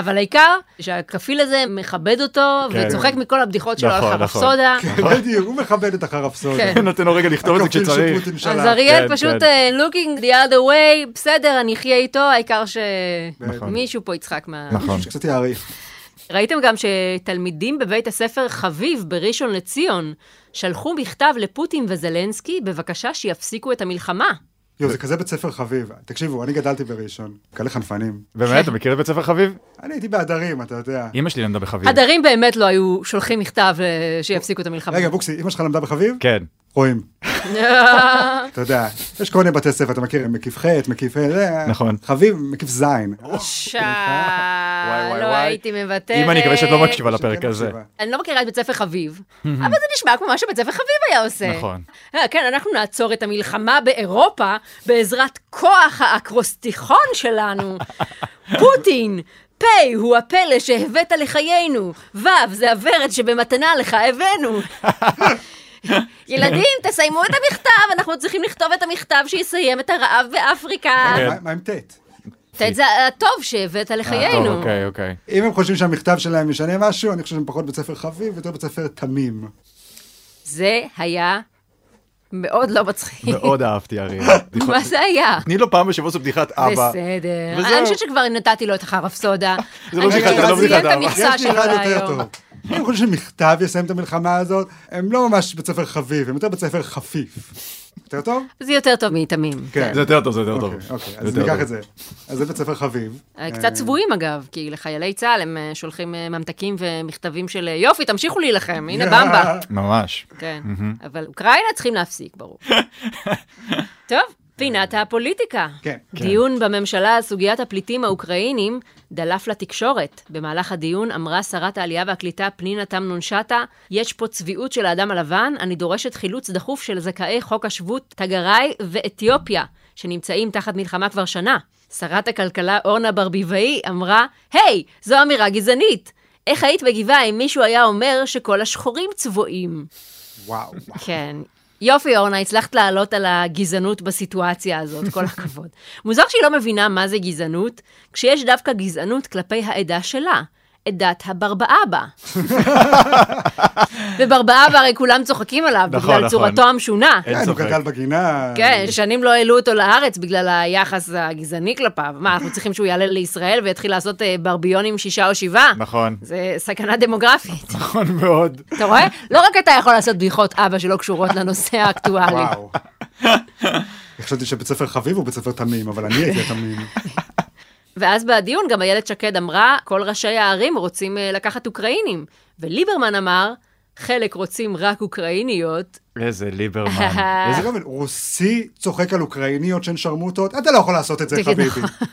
Speaker 2: אבל העיקר שהכפיל הזה מכבד אותו
Speaker 3: כן.
Speaker 2: וצוחק מכל הבדיחות שלו על
Speaker 3: נכון,
Speaker 2: חרף
Speaker 3: נכון.
Speaker 2: סודה.
Speaker 1: בדיוק, הוא מכבד את החרפסודה.
Speaker 2: כן.
Speaker 3: נותן לו רגע לכתוב את זה כשצריך.
Speaker 2: אז אריאל
Speaker 3: כן,
Speaker 2: פשוט
Speaker 3: כן.
Speaker 2: אה, looking the other way, בסדר, אני אחיה איתו, העיקר
Speaker 1: נכון.
Speaker 2: שמישהו פה יצחק מה...
Speaker 3: נכון.
Speaker 1: קצת יעריך.
Speaker 2: ראיתם גם שתלמידים בבית הספר חביב בראשון לציון שלחו מכתב לפוטין וזלנסקי בבקשה שיפסיקו את המלחמה.
Speaker 1: יואו, זה כזה בית ספר חביב. תקשיבו, אני גדלתי בראשון, כאלה חנפנים.
Speaker 3: באמת, אתה מכיר את בית ספר חביב?
Speaker 1: אני הייתי בעדרים, אתה יודע.
Speaker 3: אמא שלי למדה בחביב.
Speaker 2: הדרים באמת לא היו שולחים מכתב אה, שיפסיקו את המלחמה.
Speaker 1: רגע, בוקסי, אמא שלך למדה בחביב?
Speaker 3: כן.
Speaker 1: רואים. אתה יודע, יש כל מיני בתי ספר, אתה מכיר, מקיף ח', מקיף... זה,
Speaker 3: נכון.
Speaker 1: חביב, מקיף ז'.
Speaker 2: שעה,
Speaker 3: וואי,
Speaker 2: לא
Speaker 3: וואי.
Speaker 2: הייתי מוותרת.
Speaker 3: אם אני מקווה שאת לא מקשיבה לפרק
Speaker 1: שכן
Speaker 3: הזה.
Speaker 1: מקשיבה.
Speaker 2: אני לא מכירה את בית ספר חביב, אבל זה נשמע כמו מה שבית ספר חביב היה עושה.
Speaker 3: נכון.
Speaker 2: אה, כן, אנחנו נעצור את המלחמה באירופה בעזרת כוח האקרוסטיכון שלנו. פוטין, פ' הוא הפלא שהבאת לחיינו, ו' זה הוורד שבמתנה לך הבאנו. ילדים, תסיימו את המכתב, אנחנו צריכים לכתוב את המכתב שיסיים את הרעב באפריקה.
Speaker 3: כן.
Speaker 1: מה- מה עם ט'?
Speaker 2: אתה- זה הטוב שהבאת
Speaker 3: טוב,
Speaker 2: לחיינו.
Speaker 3: אוקיי, אוקיי.
Speaker 1: אם הם חושבים שהמכתב שלהם ישנה משהו, אני חושב שהם פחות בית ספר חביב ויותר בית ספר תמים.
Speaker 2: זה היה מאוד לא מצחיק.
Speaker 3: מאוד אהבתי, אריה.
Speaker 2: מה זה היה?
Speaker 3: תני לו פעם בשבוע זו בדיחת אבא.
Speaker 2: בסדר.
Speaker 3: וזהו.
Speaker 2: אני חושבת שכבר נתתי לו את החרב סודה.
Speaker 3: זה לא
Speaker 2: אני
Speaker 3: בדיחה,
Speaker 2: חושבת
Speaker 3: זה לא
Speaker 2: שהוא סיים
Speaker 3: בדיחת
Speaker 2: את
Speaker 3: אבא.
Speaker 2: המכסה
Speaker 1: יש לי
Speaker 2: שלו
Speaker 1: אחד יותר
Speaker 2: להיום.
Speaker 1: טוב. אם הם חושבים שמכתב יסיים את המלחמה הזאת, הם לא ממש בית ספר חביב, הם יותר בית ספר חפיף. יותר טוב?
Speaker 2: זה יותר טוב מתמים.
Speaker 1: כן.
Speaker 3: זה יותר טוב, זה יותר טוב.
Speaker 1: אוקיי, אוקיי,
Speaker 3: זה
Speaker 1: אז
Speaker 3: יותר
Speaker 1: ניקח
Speaker 3: טוב.
Speaker 1: את זה. אז זה בית ספר חביב.
Speaker 2: אה, קצת צבועים אגב, כי לחיילי צה"ל הם אה, שולחים אה, ממתקים ומכתבים של אה, יופי, תמשיכו להילחם, הנה במבה.
Speaker 3: ממש.
Speaker 2: כן, אבל אוקראינה צריכים להפסיק, ברור. טוב, פינת הפוליטיקה.
Speaker 1: כן.
Speaker 2: דיון בממשלה על סוגיית הפליטים האוקראינים דלף לתקשורת. במהלך הדיון אמרה שרת העלייה והקליטה פנינה תמנון שטה, יש פה צביעות של האדם הלבן, אני דורשת חילוץ דחוף של זכאי חוק השבות, תגריי ואתיופיה, שנמצאים תחת מלחמה כבר שנה. שרת הכלכלה אורנה ברביבאי אמרה, היי, זו אמירה גזענית. איך היית מגיבה אם מישהו היה אומר שכל השחורים צבועים?
Speaker 1: וואו.
Speaker 2: כן. יופי, אורנה, הצלחת לעלות על הגזענות בסיטואציה הזאת, כל הכבוד. מוזר שהיא לא מבינה מה זה גזענות, כשיש דווקא גזענות כלפי העדה שלה, עדת הברבאבא. וברבאבא הרי כולם צוחקים עליו,
Speaker 3: נכון,
Speaker 2: בגלל
Speaker 3: נכון. אה.
Speaker 2: צורתו המשונה.
Speaker 3: אין
Speaker 1: כן, הוא
Speaker 3: ספק.
Speaker 1: גדל בגינה.
Speaker 2: כן, שנים לא העלו אותו לארץ בגלל היחס הגזעני כלפיו. מה, אנחנו צריכים שהוא יעלה לישראל ויתחיל לעשות אה, ברביונים שישה או שבעה?
Speaker 3: נכון.
Speaker 2: זה סכנה דמוגרפית.
Speaker 3: נכון מאוד.
Speaker 2: אתה רואה? לא רק אתה יכול לעשות בדיחות אבא שלא קשורות לנושא האקטואלי.
Speaker 1: וואו. חשבתי שבית ספר חביב הוא בית ספר תמים, אבל אני הייתי התמים.
Speaker 2: ואז בדיון גם איילת שקד אמרה, כל ראשי הערים רוצים אה, לקחת אוקראינים. וליברמן אמר, חלק רוצים רק אוקראיניות.
Speaker 3: איזה ליברמן.
Speaker 1: איזה
Speaker 2: אה.
Speaker 1: גבל, רוסי צוחק על אוקראיניות שהן שרמוטות? אתה לא יכול לעשות את זה,
Speaker 2: תגיד, נכון.
Speaker 1: חביבי.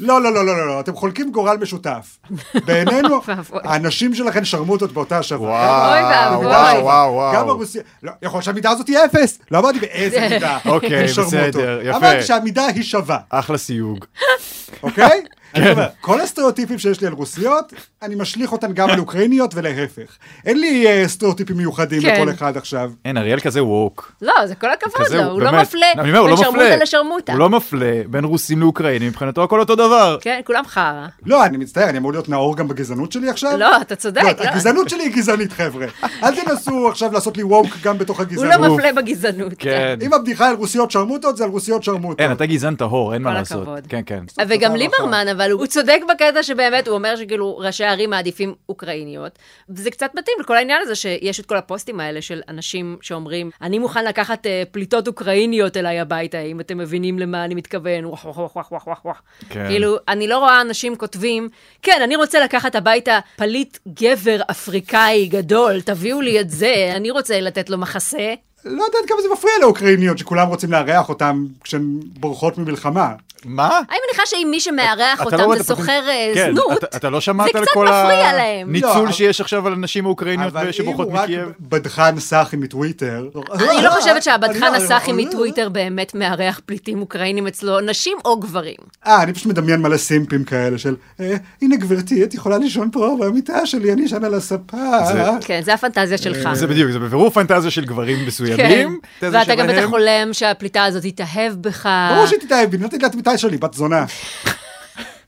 Speaker 1: לא, לא, לא, לא, לא, לא, אתם חולקים גורל משותף. בעינינו,
Speaker 2: ואבוי.
Speaker 1: הנשים שלכן שרמוטות באותה השבה.
Speaker 2: אוי
Speaker 3: וואו,
Speaker 2: ואבוי.
Speaker 3: וואו, וואו,
Speaker 1: גם
Speaker 3: וואו.
Speaker 1: הרוסי... לא, יכול להיות שהמידה הזאת היא אפס. לא אמרתי באיזה מידה.
Speaker 3: אוקיי,
Speaker 1: הן שרמוטות.
Speaker 3: בסדר, יפה.
Speaker 1: אמרתי שהמידה היא שווה,
Speaker 3: אחלה סיוג.
Speaker 1: אוקיי?
Speaker 3: כן.
Speaker 1: אני אומר, כל הסטריאוטיפים שיש לי על רוסיות, אני משליך אותן גם על אוקראיניות ולהפך. אין לי אה, סטריאוטיפים מיוחדים
Speaker 2: כן.
Speaker 1: לכל אחד עכשיו.
Speaker 3: אין, אריאל כזה ווק.
Speaker 2: לא, זה כל הכבוד
Speaker 3: כזה
Speaker 2: לו, הוא לא
Speaker 3: באמת.
Speaker 2: מפלה
Speaker 3: אני אומר, הוא
Speaker 2: בין
Speaker 3: לא
Speaker 2: שרמוטה
Speaker 3: מפלה.
Speaker 2: לשרמוטה.
Speaker 3: הוא לא מפלה בין רוסים לאוקראינים, מבחינתו הכל אותו דבר.
Speaker 2: כן, כולם חרא.
Speaker 1: לא, אני מצטער, אני אמור להיות נאור גם בגזענות שלי עכשיו?
Speaker 2: לא, אתה צודק.
Speaker 1: לא,
Speaker 2: לא.
Speaker 1: הגזענות שלי היא גזענית, חבר'ה. אל תנסו עכשיו לעשות לי ווק גם בתוך
Speaker 2: הוא
Speaker 1: הגזענות.
Speaker 2: לא מפלה בגזענות.
Speaker 3: כן.
Speaker 1: אם הבדיחה על רוסיות שרמוטות, זה על רוסיות שרמוטות.
Speaker 3: אין, אתה גזען טהור, אין מה
Speaker 2: כל
Speaker 3: לעשות.
Speaker 2: הכבוד.
Speaker 3: כן, כן.
Speaker 2: וגם
Speaker 1: תודה
Speaker 2: ליברמן, אבל הוא צודק בקטע שבאמת, הוא אומר שכאילו ראשי הערים מעדיפים אוקראיניות. וזה קצת מתאים לכל העניין הזה שיש את כל הפוסטים האלה של אנשים שאומרים, אני מוכן לקחת אה, פליטות אוקראיניות אליי הביתה, אם אתם מבינים למה אני מתכוון, וואח וואח וואח וואח וואח וואח.
Speaker 3: כן.
Speaker 2: כאילו, אני לא רואה אנשים כותבים, כן, אני רוצה לקחת הביתה פליט גבר אפריקאי גדול, תביאו לי את זה, אני רוצה לתת לו מחסה.
Speaker 1: לא יודעת כמה זה מפריע לאוקראיניות שכולם רוצים לארח אותם כשהן בורחות ממלחמה.
Speaker 3: מה?
Speaker 2: אני מניחה שאם מי שמארח
Speaker 3: אתה לא
Speaker 2: אותם
Speaker 3: רואה את
Speaker 2: זה
Speaker 3: הפרצוף-
Speaker 2: סוחר אה,
Speaker 3: כן,
Speaker 2: זנות,
Speaker 3: אתה- אתה לא שמעת
Speaker 2: זה
Speaker 3: על
Speaker 2: קצת
Speaker 3: כל
Speaker 2: מפריע להם.
Speaker 1: לא,
Speaker 3: הניצול
Speaker 1: אבל-
Speaker 3: שיש עכשיו על נשים אוקראיניות
Speaker 1: אבל אם
Speaker 3: שבורחות
Speaker 1: הוא רק
Speaker 3: מקייב?
Speaker 1: בדחן סאחי מטוויטר... אה,
Speaker 2: אני לא חושבת שהבדחן
Speaker 1: אני לא-
Speaker 2: הסאחי
Speaker 1: אני לא-
Speaker 2: מטוויטר באמת מארח פליטים אוקראינים אצלו, נשים או גברים.
Speaker 1: אה, אני פשוט מדמיין מלא סימפים כאלה של, "אה, הנה גברתי, את יכולה לישון פה במיטה שלי, אני אשן על הספה.
Speaker 3: זה-
Speaker 2: כן, זה הפנטזיה שלך.
Speaker 1: אה,
Speaker 3: זה בדיוק, זה בבירור פנטזיה של גברים
Speaker 2: כן,
Speaker 3: מסוימים. פנטזיה
Speaker 2: ואתה גם בטח
Speaker 3: שבהם-
Speaker 2: חולם שהפליטה הזאת תתאהב בך.
Speaker 1: ברור שהיא תתאהב בי, נתתי לה את המיטה שלי, בת זונה.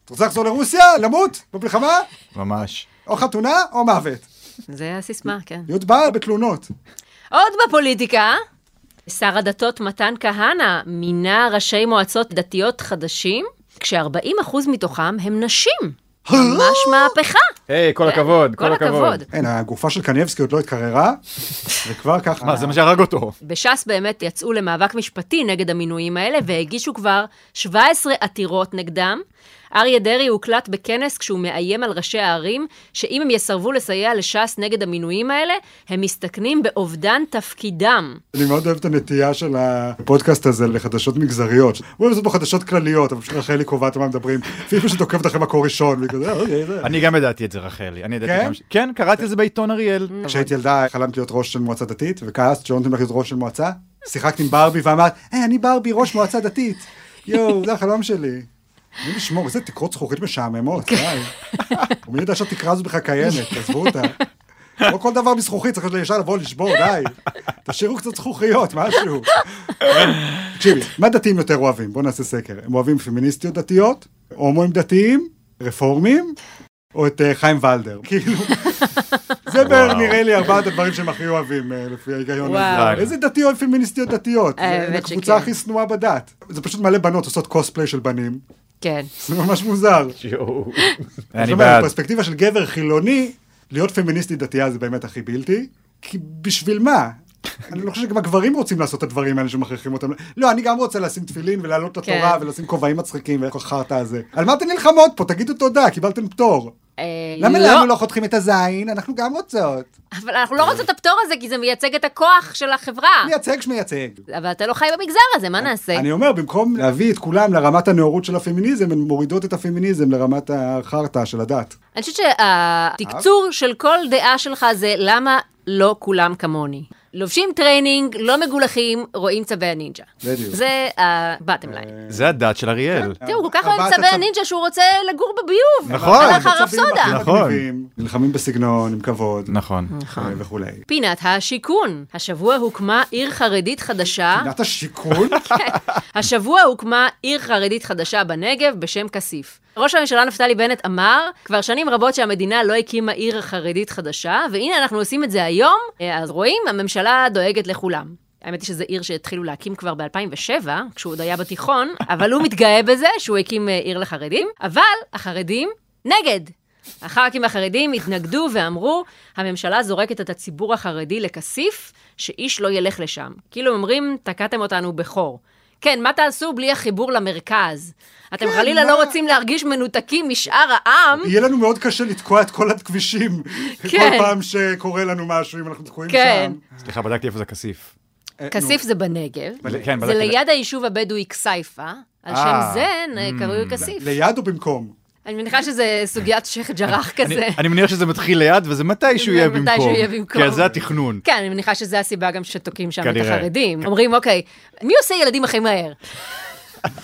Speaker 1: את רוצה לחזור לרוסיה? למות? במלחמה?
Speaker 3: ממש.
Speaker 1: או חתונה או מוות.
Speaker 2: זה הסיסמה, כן.
Speaker 1: להיות באה בתלונות.
Speaker 2: עוד בפוליטיקה, שר הדתות מתן כהנא מינה ראשי מועצות דתיות חדשים, כש-40% מתוכם הם נשים. ממש מהפכה.
Speaker 3: היי, כל
Speaker 2: כן,
Speaker 3: הכבוד,
Speaker 2: כל
Speaker 3: כל הכבוד.
Speaker 2: הכבוד.
Speaker 1: אין, הגופה של קניבסקי עוד לא התקררה, וכבר ככה...
Speaker 3: מה, זה מה
Speaker 2: אה.
Speaker 3: שהרג אותו.
Speaker 2: בש"ס באמת יצאו למאבק משפטי נגד המינויים האלה, והגישו כבר 17 עתירות נגדם. אריה דרעי הוקלט בכנס כשהוא מאיים על ראשי הערים, שאם הם יסרבו לסייע לש"ס נגד המינויים האלה, הם מסתכנים באובדן תפקידם.
Speaker 1: אני מאוד אוהב את הנטייה של הפודקאסט הזה לחדשות מגזריות. הוא אוהב לעשות בו חדשות כלליות, אבל פשוט רחלי קובעת על מה מדברים. אפילו פשוט עוקבת אחרי מקור ראשון, והיא כזה, אוקיי, זה...
Speaker 3: אני גם ידעתי את זה, רחלי. אני
Speaker 1: כן?
Speaker 3: ידעתי גם ש... כן, קראתי את זה בעיתון אריאל.
Speaker 2: אה.
Speaker 1: כשהייתי ילדה חלמתי להיות ראש של מועצה דתית, וכעסת שלא נותנים לך להיות ראש של מועצה. שיחקת עם ברבי ואמרת, היי, אני ברבי, ראש מועצה דתית. יואו, זה החלום שלי. מי לשמור, איזה תקרות זכוכית משעממות, די. ומי יודע שהתקרה הזו בכלל קיימת, עזבו אותה. לא כל דבר מזכוכית, צריך ישר לבוא לשבור, די. תשאירו קצת זכוכיות, משהו. תקשיבי, מה דתיים יותר אוהבים? בואו נעשה סקר. הם אוהבים פמיניסטיות דתיות, הומואים דתיים, רפורמים, או את אה, חיים ולדר. כאילו, זה בערך
Speaker 3: וואו.
Speaker 1: נראה לי ארבעת הדברים שהם הכי אוהבים, אה, לפי ההיגיון הזה.
Speaker 2: וואו.
Speaker 1: איזה דתי אוהב פמיניסטיות דתיות? זה
Speaker 2: האמת
Speaker 1: הקבוצה
Speaker 2: שכן.
Speaker 1: הכי שנואה בדת. זה פשוט מלא בנות עושות קוספליי של בנים.
Speaker 2: כן.
Speaker 1: זה ממש מוזר.
Speaker 3: יואו.
Speaker 1: זאת
Speaker 3: אני
Speaker 1: אומרת,
Speaker 3: בעד.
Speaker 1: פרספקטיבה של גבר חילוני, להיות פמיניסטית דתייה זה באמת הכי בלתי, כי בשביל מה? אני לא חושב שגם הגברים רוצים לעשות את הדברים האלה שמכריחים אותם. לא, אני גם רוצה לשים תפילין ולעלות לתורה
Speaker 2: כן.
Speaker 1: ולשים כובעים מצחיקים ואיך החרטא הזה. על מה אתן נלחמות פה? תגידו תודה, קיבלתם פטור.
Speaker 2: אה,
Speaker 1: למה
Speaker 2: לא.
Speaker 1: לנו לא חותכים את הזין? אנחנו גם רוצות.
Speaker 2: אבל אנחנו לא רוצים את הפטור הזה, כי זה מייצג את הכוח של החברה.
Speaker 1: מייצג שמייצג.
Speaker 2: אבל אתה לא חי במגזר הזה, מה נעשה?
Speaker 1: אני אומר, במקום להביא את כולם לרמת הנאורות של הפמיניזם, הן מורידות את הפמיניזם לרמת החרטא של הדת.
Speaker 2: אני חושבת שהתקצור של כל דעה שלך זה למה לא כולם כמוני. לובשים טריינינג, לא מגולחים, רואים צווי הנינג'ה.
Speaker 1: בדיוק.
Speaker 2: זה ה-bottom line.
Speaker 3: זה הדת של אריאל.
Speaker 1: כן,
Speaker 2: תראו, הוא כל כך אוהב
Speaker 1: טבעת
Speaker 2: צווי
Speaker 1: הצו-
Speaker 2: הנינג'ה שהוא רוצה לגור
Speaker 1: כן.
Speaker 2: בביוב.
Speaker 3: נכון.
Speaker 2: הלך
Speaker 1: הצווים הכי
Speaker 2: הרפסודה.
Speaker 3: נכון.
Speaker 1: מגניבים, נלחמים בסגנון, עם כבוד.
Speaker 3: נכון.
Speaker 1: אה, וכולי.
Speaker 2: פינת השיכון. השבוע הוקמה עיר חרדית חדשה.
Speaker 1: פינת השיכון?
Speaker 2: השבוע הוקמה עיר חרדית חדשה בנגב בשם כסיף. ראש הממשלה נפתלי בנט אמר, כבר שנים רבות שהמדינה לא הקימה עיר חרדית חדשה, והנה אנחנו עושים את זה היום, אה, אז רואים, הממשלה דואגת לכולם. האמת היא שזו עיר שהתחילו להקים כבר ב-2007, כשהוא עוד היה בתיכון, אבל הוא מתגאה בזה שהוא הקים אה, עיר לחרדים, אבל החרדים נגד. הח"כים החרדים התנגדו ואמרו, הממשלה זורקת את הציבור החרדי לכסיף, שאיש לא ילך לשם. כאילו הם אומרים, תקעתם אותנו בחור. כן, מה תעשו בלי החיבור למרכז? אתם
Speaker 1: כן,
Speaker 2: חלילה
Speaker 1: מה?
Speaker 2: לא רוצים להרגיש מנותקים משאר העם,
Speaker 1: יהיה לנו מאוד קשה לתקוע את כל הכבישים.
Speaker 2: כן.
Speaker 1: כל פעם שקורה לנו משהו, אם אנחנו תקועים
Speaker 2: כן.
Speaker 1: שם.
Speaker 3: סליחה, בדקתי איפה זה כסיף.
Speaker 1: אה, נו,
Speaker 2: כסיף זה בנגב,
Speaker 3: כן,
Speaker 2: זה
Speaker 3: בדקתי.
Speaker 2: ליד היישוב הבדואי כסייפה, על
Speaker 3: אה,
Speaker 2: שם זה נ- קרוי כסיף.
Speaker 1: ליד או במקום?
Speaker 2: אני מניחה שזה סוגיית שייח' ג'ראח
Speaker 3: אני-
Speaker 2: כזה.
Speaker 3: אני מניח שזה מתחיל ליד, וזה מתישהו
Speaker 2: זה
Speaker 3: יהיה
Speaker 2: מתישהו
Speaker 3: במקום.
Speaker 2: יהיה במקום.
Speaker 3: כן, זה התכנון.
Speaker 2: כן, אני מניחה שזו הסיבה גם שתוקעים שם את
Speaker 3: כנראה. כן.
Speaker 2: החרדים. אומרים, אוקיי, מי עושה ילדים הכי מהר?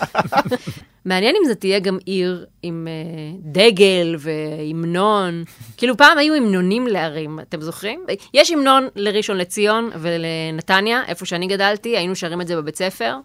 Speaker 2: מעניין אם זה תהיה גם עיר עם אה, דגל והמנון. כאילו, פעם היו המנונים לערים, אתם זוכרים? יש המנון לראשון לציון ולנתניה, איפה שאני גדלתי, היינו שרים את זה בבית ספר.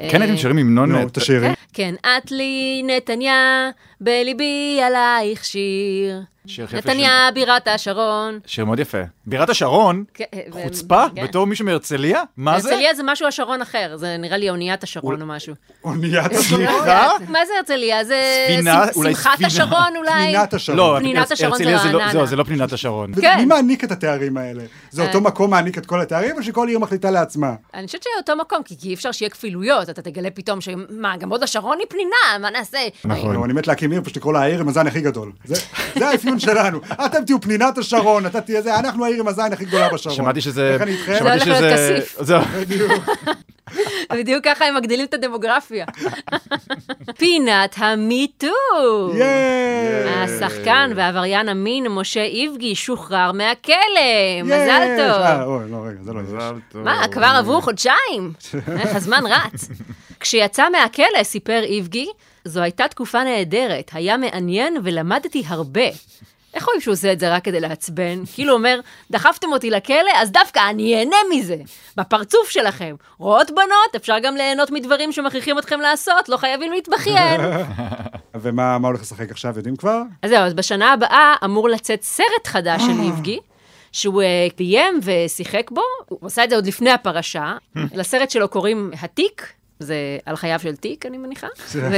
Speaker 2: אה.
Speaker 3: כן, הייתם שרים המנון...
Speaker 1: נו, תשאירי.
Speaker 2: כן, את לי נתניה, בליבי עלייך שיר.
Speaker 3: שיר יפה
Speaker 2: נתניה בירת השרון.
Speaker 3: שיר מאוד יפה. בירת השרון,
Speaker 2: כן, ו-
Speaker 3: חוצפה,
Speaker 2: כן.
Speaker 3: בתור מישהו מהרצליה? מה אה, זה?
Speaker 2: הרצליה זה משהו השרון אחר, זה נראה לי אוניית השרון או משהו.
Speaker 1: אוניית
Speaker 3: סליחה?
Speaker 2: מה זה הרצליה? זה
Speaker 3: אה, ספינה?
Speaker 2: שמ-
Speaker 3: אולי
Speaker 2: שמחת
Speaker 3: ספינה?
Speaker 2: השרון אולי?
Speaker 1: פנינת השרון.
Speaker 3: לא,
Speaker 2: פנינת
Speaker 3: הרצ-
Speaker 2: השרון זה
Speaker 3: הרצליה לא-
Speaker 2: רעננה.
Speaker 3: זהו, זה לא פנינת השרון.
Speaker 2: כן.
Speaker 1: מי מעניק את התארים האלה? זה אותו
Speaker 2: אה.
Speaker 1: מקום מעניק את כל התארים, או שכל עיר מחליטה לעצמה?
Speaker 2: אני חושבת שאותו מקום, כי אי אפשר שיהיה כפילויות, אתה תגלה פתאום ש... מה, גם עוד השרון היא פנינה? מה נעשה?
Speaker 3: נכון.
Speaker 1: נו, לא, אני מת להקים עיר, פשוט לקרוא לה העיר עם הזין הכי גדול. זה- זה האפיון שלנו. אתם תהיו פנינת השרון, אתה תהיה זה, אנחנו העיר עם הזין הכי גדולה בשרון.
Speaker 3: שמעתי שזה...
Speaker 1: לא. איך אני איתכם?
Speaker 3: שמעתי
Speaker 2: זה לא הולך
Speaker 3: שזה-
Speaker 2: להיות כסיף.
Speaker 3: זהו.
Speaker 1: בדיוק.
Speaker 2: בדיוק ככה הם מגדילים את הדמוגרפיה. פינת
Speaker 3: אה,
Speaker 2: המיטו!
Speaker 1: ייי!
Speaker 2: השחקן ועבריין המין משה איבגי שוחרר מהכלא, מזל
Speaker 1: יש! אה,
Speaker 2: טוב.
Speaker 1: אוי, לא, רגע, זה לא יש.
Speaker 2: מה, כבר עברו חודשיים? איך הזמן רץ. כשיצא מהכלא, סיפר איבגי, זו הייתה תקופה נהדרת, היה מעניין ולמדתי הרבה. איך רואים שהוא עושה את זה רק כדי לעצבן? כאילו אומר, דחפתם אותי לכלא, אז דווקא אני אהנה מזה. בפרצוף שלכם. רואות בנות, אפשר גם ליהנות מדברים שמכריחים אתכם לעשות, לא חייבים להתבכיין.
Speaker 1: ומה מה הולך לשחק עכשיו, יודעים כבר?
Speaker 2: אז זהו, אז בשנה הבאה אמור לצאת סרט חדש של איבגי. שהוא אה, ביים ושיחק בו, הוא עשה את זה עוד לפני הפרשה. לסרט שלו קוראים התיק, זה על חייו של תיק, אני מניחה. ו-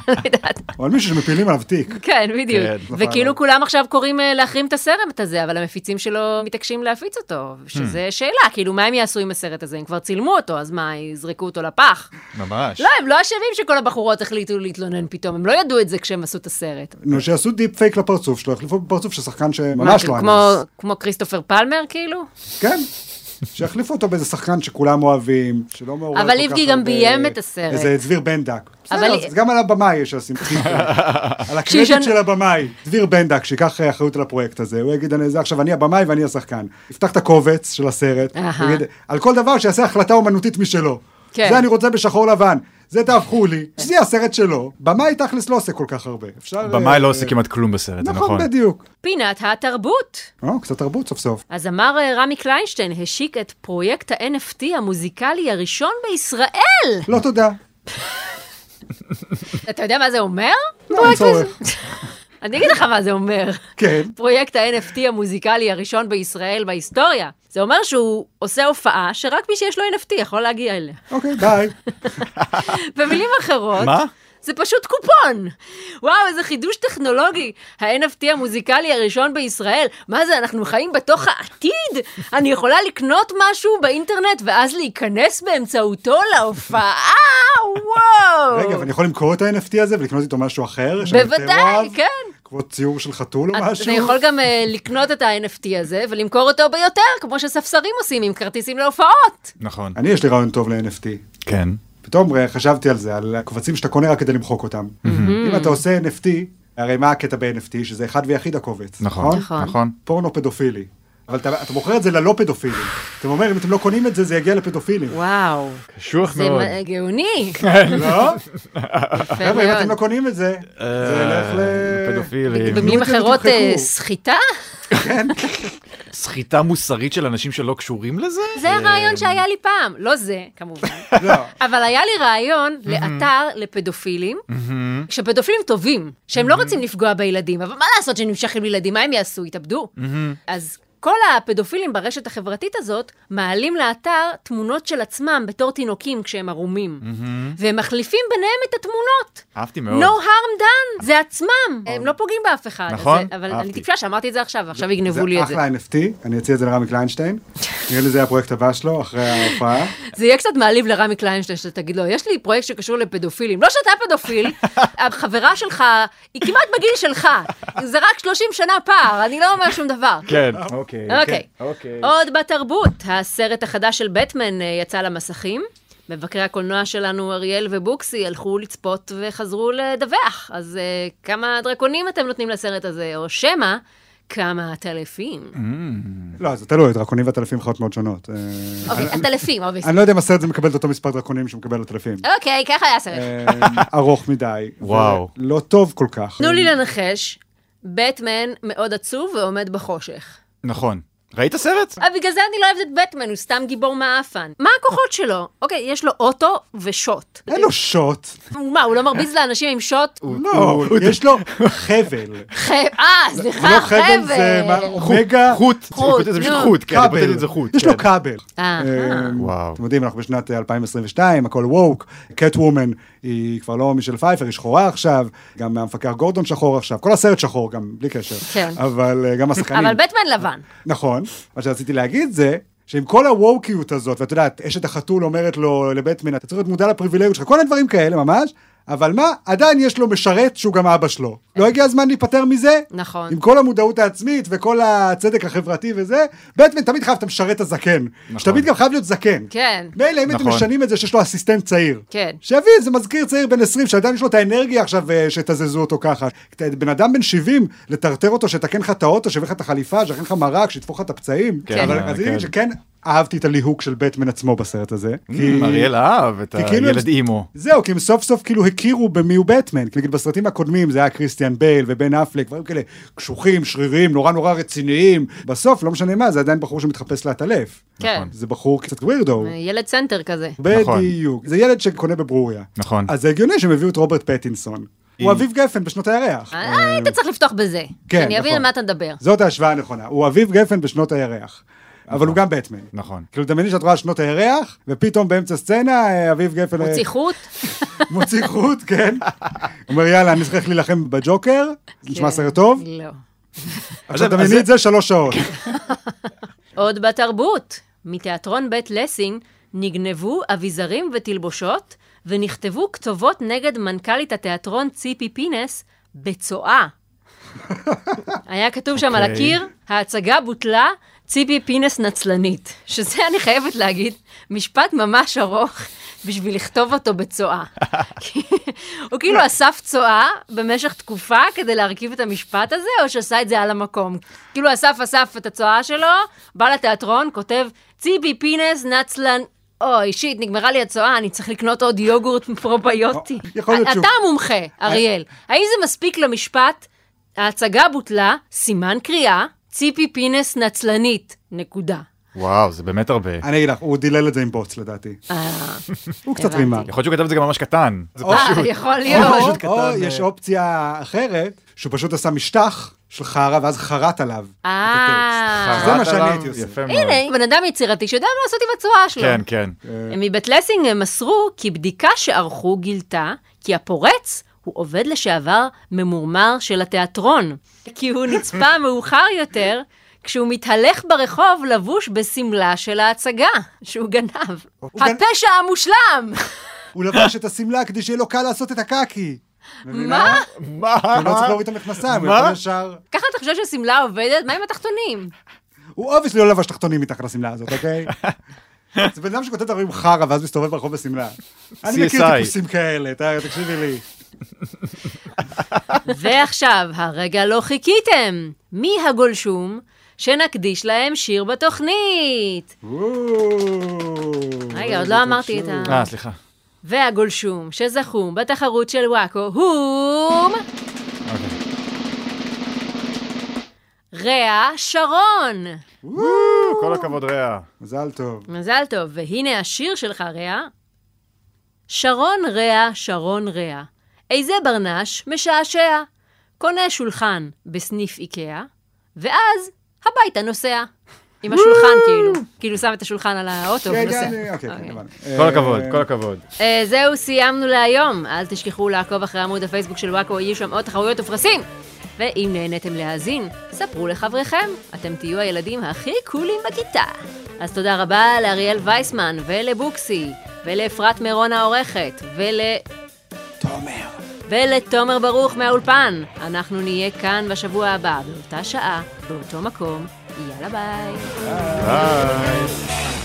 Speaker 2: לא יודעת.
Speaker 1: או על מישהו שמפילים עליו תיק.
Speaker 2: כן, בדיוק.
Speaker 3: כן,
Speaker 1: נכון.
Speaker 2: וכאילו כולם עכשיו קוראים אה, להחרים את הסרט הזה, אבל המפיצים שלו מתעקשים להפיץ אותו,
Speaker 1: Hmm.
Speaker 2: שזה שאלה, כאילו, מה הם יעשו עם הסרט הזה? הם כבר צילמו אותו, אז מה, יזרקו אותו לפח?
Speaker 3: ממש.
Speaker 2: לא, הם לא אשמים שכל הבחורות החליטו להתלונן פתאום, הם לא ידעו את זה כשהם עשו את הסרט.
Speaker 1: נו, שיעשו דיפ פייק לפרצוף שלו, יחליפו בפרצוף של שחקן
Speaker 2: מה,
Speaker 1: שממש
Speaker 2: כאילו,
Speaker 1: לא
Speaker 2: כמו-
Speaker 1: אנס.
Speaker 2: כמו כריסטופר פלמר, כאילו?
Speaker 1: כן. שיחליפו אותו באיזה שחקן שכולם אוהבים, שלא מעורר
Speaker 2: אבל
Speaker 1: כל
Speaker 2: איבגי
Speaker 1: כך
Speaker 2: גם
Speaker 1: הרבה-
Speaker 2: ביים את הסרט.
Speaker 1: איזה דביר בנדק. בסדר,
Speaker 2: אבל-
Speaker 1: אז גם על הבמאי יש לשים טיפ. על הקרדיט
Speaker 2: שישן-
Speaker 1: של הבמאי, דביר בנדק, שייקח אה, אחריות על הפרויקט הזה. הוא יגיד, "אני- זה עכשיו אני הבמאי ואני השחקן. יפתח את הקובץ של הסרט,
Speaker 2: אהה.
Speaker 1: הוא יגיד, על כל דבר שיעשה החלטה אומנותית משלו.
Speaker 2: כן.
Speaker 1: זה אני רוצה בשחור לבן, זה תהפכו לי, שזה יהיה הסרט שלו. במאי תכלס לא עושה כל כך הרבה. אפשר... אה,
Speaker 3: במאי לא עושה כמעט כלום בסרט, זה נכון.
Speaker 1: נכון, בדיוק.
Speaker 2: פינת התרבות.
Speaker 1: או, קצת תרבות סוף סוף.
Speaker 2: הזמר אה, רמי קליינשטיין השיק את פרויקט ה-NFT המוזיקלי הראשון בישראל.
Speaker 1: לא תודה.
Speaker 2: אתה יודע מה זה אומר?
Speaker 1: לא, אין צורך.
Speaker 2: אני אגיד לך מה זה אומר.
Speaker 1: כן.
Speaker 2: פרויקט ה-NFT המוזיקלי הראשון בישראל בהיסטוריה. זה אומר שהוא עושה הופעה שרק מי שיש לו NFT יכול להגיע אליה.
Speaker 1: אוקיי, ביי.
Speaker 2: במילים אחרות...
Speaker 3: מה?
Speaker 2: זה פשוט קופון. וואו, איזה חידוש טכנולוגי. ה-NFT המוזיקלי הראשון בישראל. מה זה, אנחנו חיים בתוך העתיד? אני יכולה לקנות משהו באינטרנט ואז להיכנס באמצעותו להופעה? וואו.
Speaker 1: רגע, ואני יכול למכור את ה-NFT הזה ולקנות איתו משהו אחר? שאני יותר
Speaker 2: בוודאי,
Speaker 1: אוהב?
Speaker 2: כן.
Speaker 1: כמו ציור של חתול או משהו?
Speaker 2: אתה יכול גם אה, לקנות את ה-NFT הזה ולמכור אותו ביותר, כמו שספסרים עושים עם כרטיסים להופעות.
Speaker 3: נכון.
Speaker 1: אני, יש לי רעיון טוב ל-NFT.
Speaker 3: כן.
Speaker 1: פתאום אה, חשבתי על זה, על הקבצים שאתה קונה רק כדי למחוק אותם. אם אתה עושה NFT, הרי מה הקטע ב-NFT? שזה אחד ויחיד הקובץ.
Speaker 3: נכון.
Speaker 2: נכון.
Speaker 3: נכון.
Speaker 1: פורנו פדופילי. אבל אתה אתה מוכר את זה ללא פדופילים. אתם אומרים, אם אתם לא קונים את זה, זה יגיע לפדופילים.
Speaker 2: וואו,
Speaker 3: קשוח
Speaker 2: זה
Speaker 3: מאוד.
Speaker 2: מ- גאוני.
Speaker 1: לא?
Speaker 2: יפה
Speaker 1: חבר'ה, אם אתם לא
Speaker 2: מאוד.
Speaker 1: קונים את זה,
Speaker 3: אה,
Speaker 1: זה ילך ל...
Speaker 3: פדופילים.
Speaker 1: תנו
Speaker 2: במילים
Speaker 1: את זה
Speaker 2: אחרות, אה,
Speaker 1: ותמחקו.
Speaker 2: סחיטה?
Speaker 3: סחיטה מוסרית של אנשים שלא קשורים לזה?
Speaker 2: זה הרעיון שהיה לי פעם. לא זה, כמובן.
Speaker 1: לא.
Speaker 2: אבל היה לי רעיון לאתר לפדופילים, שפדופילים טובים, שהם לא רוצים לפגוע בילדים, אבל מה לעשות שהם נמשכים לילדים, מה הם יעשו? יתאבדו. אז כל הפדופילים ברשת החברתית הזאת מעלים לאתר תמונות של עצמם בתור תינוקים כשהם ערומים, והם מחליפים ביניהם את התמונות.
Speaker 3: אהבתי מאוד.
Speaker 2: No harm done, זה עצמם, הם לא פוגעים באף אחד. אז
Speaker 3: נכון,
Speaker 2: זה- אבל
Speaker 3: אהבתי.
Speaker 2: אני טיפשה שאמרתי את זה עכשיו, ועכשיו יגנבו לי את זה.
Speaker 1: אחלה NFT, אני אציע את זה לרמי קליינשטיין. נראה לי זה הפרויקט הבא שלו, אחרי ההופעה.
Speaker 2: זה יהיה קצת מעליב לרמי קליינשטיין, שתגיד לו, יש לי פרויקט שקשור לפדופילים. לא שאתה פדופיל, החברה שלך היא כמעט בגיל שלך, זה רק 30 שנה פער, אני לא אומר שום דבר.
Speaker 3: כן. אוקיי.
Speaker 2: אוקיי.
Speaker 1: כן.
Speaker 2: עוד בתרבות, הסרט החדש של בטמן אה, יצא למסכים. מבקרי הקולנוע שלנו, אריאל ובוקסי, הלכו לצפות וחזרו לדווח. אז uh, כמה דרקונים אתם נותנים לסרט הזה, או שמא, כמה
Speaker 1: Mm.
Speaker 2: עטלפים.
Speaker 1: לא, זה תלוי, דרקונים ועטלפים חיות מאוד שונות. אה,
Speaker 2: אוקיי, עטלפים, אובייסט.
Speaker 1: אני לא יודע אם הסרט הזה מקבל את אותו מספר דרקונים שמקבל עטלפים.
Speaker 2: אוקיי, ככה היה הסרט.
Speaker 1: אה, ארוך מדי.
Speaker 3: וואו.
Speaker 1: לא טוב כל כך.
Speaker 2: תנו לי לנחש, בטמן מאוד עצוב ועומד בחושך.
Speaker 3: נכון. ראית סרט?
Speaker 2: אבל בגלל זה אני לא אוהבת את בטמן, הוא סתם גיבור מעפן. מה הכוחות שלו? אוקיי, יש לו אוטו ושוט.
Speaker 1: אין לו שוט.
Speaker 2: הוא מה, הוא לא מרביץ לאנשים עם שוט?
Speaker 1: לא, יש לו חבל.
Speaker 2: ח- אה,
Speaker 1: זה לא
Speaker 2: סליחה,
Speaker 1: חבל, זה מה-
Speaker 2: חבר.
Speaker 1: אומגה
Speaker 3: חוט.
Speaker 2: אה, חוט,
Speaker 3: זה פשוט
Speaker 2: נו.
Speaker 3: חוט, כן, אני
Speaker 1: כבל.
Speaker 3: כותב את זה חוט.
Speaker 1: יש לו
Speaker 3: כן.
Speaker 1: כבל.
Speaker 2: אהה.
Speaker 1: אה,
Speaker 3: וואו.
Speaker 1: אתם יודעים, אנחנו בשנת אה, 2022, הכל ווק, קט וומן היא כבר לא מישל פייפר, היא שחורה עכשיו, גם המפקח גורדון שחור עכשיו, כל הסרט שחור גם, בלי קשר.
Speaker 2: כן.
Speaker 1: אבל אה, גם השחקנים.
Speaker 2: אבל בטמן לבן.
Speaker 1: נכון. מה שרציתי להגיד זה, שעם כל הווקיות הזאת, ואת יודעת, אשת החתול אומרת לו לבטמן, אתה צריך להיות מודע לפריבילגיות שלך, כל הדברים כאלה ממש, אבל מה, עדיין יש לו משרת שהוא גם אבא שלו. לא הגיע הזמן להיפטר מזה?
Speaker 2: נכון.
Speaker 1: עם כל המודעות העצמית וכל הצדק החברתי וזה, בטמן תמיד חייב את המשרת הזקן. שתמיד גם חייב להיות זקן.
Speaker 2: כן.
Speaker 1: מילא אם הייתם
Speaker 3: נכון.
Speaker 1: משנים את זה שיש לו אסיסטנט צעיר.
Speaker 2: כן.
Speaker 1: שיביא איזה מזכיר צעיר בן 20, שעדיין יש לו את האנרגיה עכשיו אה, שתזזו אותו ככה. את בן אדם בן 70, לטרטר אותו, שיתקן לך את האוטו, שיביא לך את החליפה, שיכין לך מרק, שיתפוך לך את הפצעים.
Speaker 3: כן,
Speaker 1: אבל
Speaker 3: כן.
Speaker 1: רציתי להגיד שכן אהבתי את הליהוק של בטמן עצמו בסרט הזה. כי-
Speaker 3: אריאל אהב את
Speaker 1: כי כאילו הם-
Speaker 3: הילד אה, אימו.
Speaker 1: זהו, כי הם סוף סוף כאילו הכירו במי הוא בטמן. כי נגיד בסרטים הקודמים זה היה קריסטיאן בייל ובן אפלק, דברים כאלה קשוחים, שרירים, נורא נורא רציניים. בסוף, לא משנה מה, זה עדיין בחור שמתחפש להתעלף.
Speaker 2: כן.
Speaker 1: זה בחור קצת ווירדו.
Speaker 2: ילד סנטר כזה.
Speaker 3: נכון.
Speaker 1: בדיוק. זה ילד שקונה בברוריה.
Speaker 3: נכון.
Speaker 1: אז זה הגיוני שהם הביאו את רוברט פטינסון. הוא אביב גפן בשנות הירח.
Speaker 2: אה, היית צריך לפתוח בזה.
Speaker 1: כן,
Speaker 2: שאני אבין
Speaker 1: נכון.
Speaker 2: על מה אתה מדבר.
Speaker 1: זאת ההשוואה הנכונה. הוא אביב גפן בשנות הירח. אבל הוא גם בטמן.
Speaker 3: נכון.
Speaker 1: כאילו, דמייני שאת רואה שנות הירח, ופתאום באמצע סצנה, אה, אביב גפן... אה,
Speaker 2: מוציא חוט?
Speaker 1: מוציא חוט, כן. אומר, יאללה, אני צריך ללכת להילחם בג'וקר, זה נשמע
Speaker 2: כן.
Speaker 1: סרט טוב.
Speaker 2: לא.
Speaker 1: עכשיו
Speaker 3: אז זה-
Speaker 1: דמייני את זה שלוש שעות.
Speaker 2: עוד בתרבות, מתיאטרון בית לסין נגנבו אביזרים ותלבושות, ונכתבו כתובות נגד מנכ"לית התיאטרון ציפי פינס בצואה. היה כתוב שם על
Speaker 3: אוקיי.
Speaker 2: הקיר, ההצגה בוטלה, ציפי פינס נצלנית. שזה, אני חייבת להגיד, משפט ממש ארוך בשביל לכתוב אותו בצואה. כי הוא כאילו אסף צואה במשך תקופה כדי להרכיב את המשפט הזה, או שעשה את זה על המקום. כאילו אסף אסף את הצואה שלו, בא לתיאטרון, כותב, ציפי פינס נצלנ... אוי, שיט, נגמרה לי הצואה, אני צריך לקנות עוד יוגורט פרוביוטי.
Speaker 1: יכול להיות שהוא-
Speaker 2: אתה המומחה, אריאל. האם זה מספיק למשפט, ההצגה בוטלה, סימן קריאה, ציפי פינס נצלנית, נקודה.
Speaker 3: וואו, זה באמת הרבה.
Speaker 1: אני אגיד לך, הוא דילל את זה עם בוץ, לדעתי.
Speaker 2: אה,
Speaker 1: הוא קצת
Speaker 2: הבנתי.
Speaker 1: רימה.
Speaker 3: יכול להיות שהוא כתב את זה גם ממש קטן. זה
Speaker 1: או-
Speaker 3: פשוט.
Speaker 2: אה, יכול
Speaker 1: או-
Speaker 2: להיות.
Speaker 4: פשוט
Speaker 1: או
Speaker 4: קטן,
Speaker 1: יש
Speaker 4: אה.
Speaker 1: אופציה אחרת, שהוא פשוט עשה משטח של חרא, ואז חרט עליו.
Speaker 2: אה,
Speaker 3: חרט
Speaker 1: זה מה שאני
Speaker 3: עליו,
Speaker 1: הייתי עושה.
Speaker 3: יפה מאוד.
Speaker 2: הנה, בן אדם יצירתי שיודע מה לעשות עם הצואה שלו.
Speaker 3: כן, כן.
Speaker 2: מבית לסינג הם מסרו כי בדיקה שערכו גילתה כי הפורץ הוא עובד לשעבר ממורמר של התיאטרון, כי הוא נצפה מאוחר יותר כשהוא מתהלך ברחוב לבוש בשמלה של ההצגה שהוא גנב.
Speaker 1: גנ-
Speaker 2: הפשע המושלם!
Speaker 1: הוא לבש את השמלה כדי שיהיה לו קל לעשות את הקקי. מבינה?
Speaker 2: מה?
Speaker 3: מה?
Speaker 1: הוא לא צריך להוריד את המכנסיים, הוא
Speaker 3: מה?
Speaker 1: יכול ישר...
Speaker 2: ככה אתה חושב ששמלה עובדת? מה עם התחתונים?
Speaker 1: הוא אובייסלי לא לבש תחתונים מתחת לשמלה הזאת, אוקיי? זה בן אדם שכותב את הרואים חרא ואז מסתובב ברחוב בשמלה. אני מכיר
Speaker 3: CSI.
Speaker 1: טיפוסים כאלה, ת- תקשיבי לי.
Speaker 2: ועכשיו, הרגע לא חיכיתם. מי הגולשום שנקדיש להם שיר בתוכנית? רגע, עוד לא אמרתי את ה-
Speaker 3: אה, סליחה.
Speaker 2: והגולשום שזכו בתחרות של וואקו הוא...
Speaker 3: אוקיי.
Speaker 2: רע שרון.
Speaker 3: כל הכבוד רע.
Speaker 1: מזל טוב.
Speaker 2: מזל טוב, והנה השיר שלך, רע. שרון רע, שרון רע, איזה ברנש משעשע. קונה שולחן בסניף איקאה, ואז הביתה נוסע. עם השולחן, כאילו. כאילו שם את השולחן על האוטו
Speaker 1: כן,
Speaker 2: ונוסע.
Speaker 1: כן, אוקיי, כן,
Speaker 2: אוקיי.
Speaker 1: הבנתי.
Speaker 3: כל
Speaker 1: אה,
Speaker 3: הכבוד, כל הכבוד.
Speaker 2: אה, זהו, סיימנו להיום. אל תשכחו לעקוב אחרי עמוד הפייסבוק של וואקו, יהיו שם עוד תחרויות ופרסים. ואם נהניתם להאזין, ספרו לחבריכם, אתם תהיו הילדים הכי קולים בכיתה. אז תודה רבה לאריאל וייסמן, ולבוקסי, ולאפרת מירון העורכת, ול...
Speaker 1: תומר.
Speaker 2: ולתומר ברוך מהאולפן. אנחנו נהיה כאן בשבוע הבא, באותה שעה, באותו מקום. יאללה ביי.
Speaker 3: ביי.